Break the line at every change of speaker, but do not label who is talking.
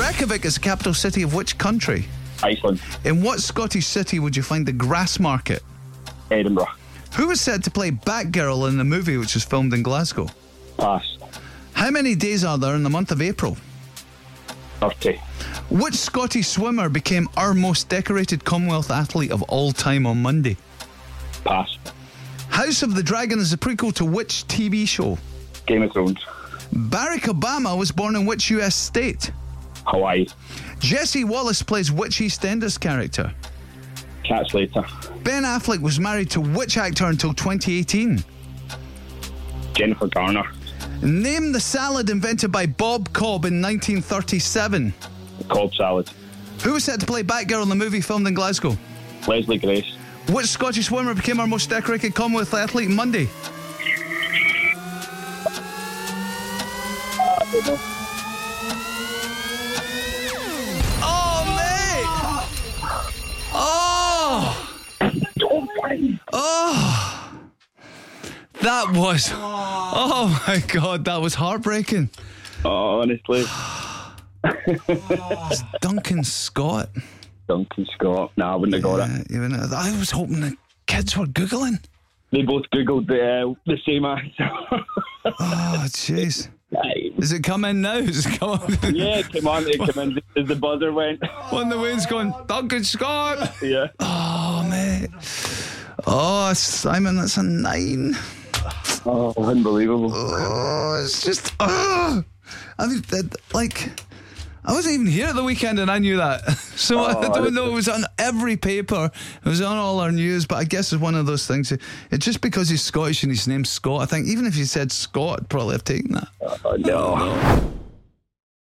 Reykjavik is the capital city of which country?
Iceland,
In what Scottish city would you find the grass market?
Edinburgh,
Who was said to play Batgirl in the movie which was filmed in Glasgow?
pass.
How many days are there in the month of April?
30.
Which Scottish swimmer became our most decorated Commonwealth athlete of all time on Monday?
Pass.
House of the Dragon is a prequel to which TV show?
Game of Thrones.
Barack Obama was born in which US state?
Hawaii.
Jesse Wallace plays which EastEnders character?
Catch later.
Ben Affleck was married to which actor until 2018?
Jennifer Garner.
Name the salad invented by Bob Cobb in 1937.
Cobb salad.
Who was set to play Batgirl in the movie filmed in Glasgow?
Leslie Grace.
Which Scottish swimmer became our most decorated Commonwealth athlete on Monday? Oh, mate! Oh! Oh! That was. Oh my god, that was heartbreaking.
Oh, honestly.
It's Duncan Scott.
Duncan Scott. Nah, I wouldn't have got it.
Uh, you know, I was hoping the kids were Googling.
They both Googled the, uh, the same answer.
Oh, jeez. Is it come in now? Is it come on?
yeah, it came on. It came in as the buzzer went.
When the wind's going, Duncan Scott.
yeah.
Oh, mate. Oh, Simon, that's a nine.
Oh, unbelievable.
Oh, it's just. Oh. I mean, that- like, I wasn't even here at the weekend and I knew that. So I
Oh,
don't know. It was on every paper, it was on all our news, but I guess it's one of those things. It's just because he's Scottish and his name's Scott. I think even if he said Scott, I'd probably have taken that.
Oh, no.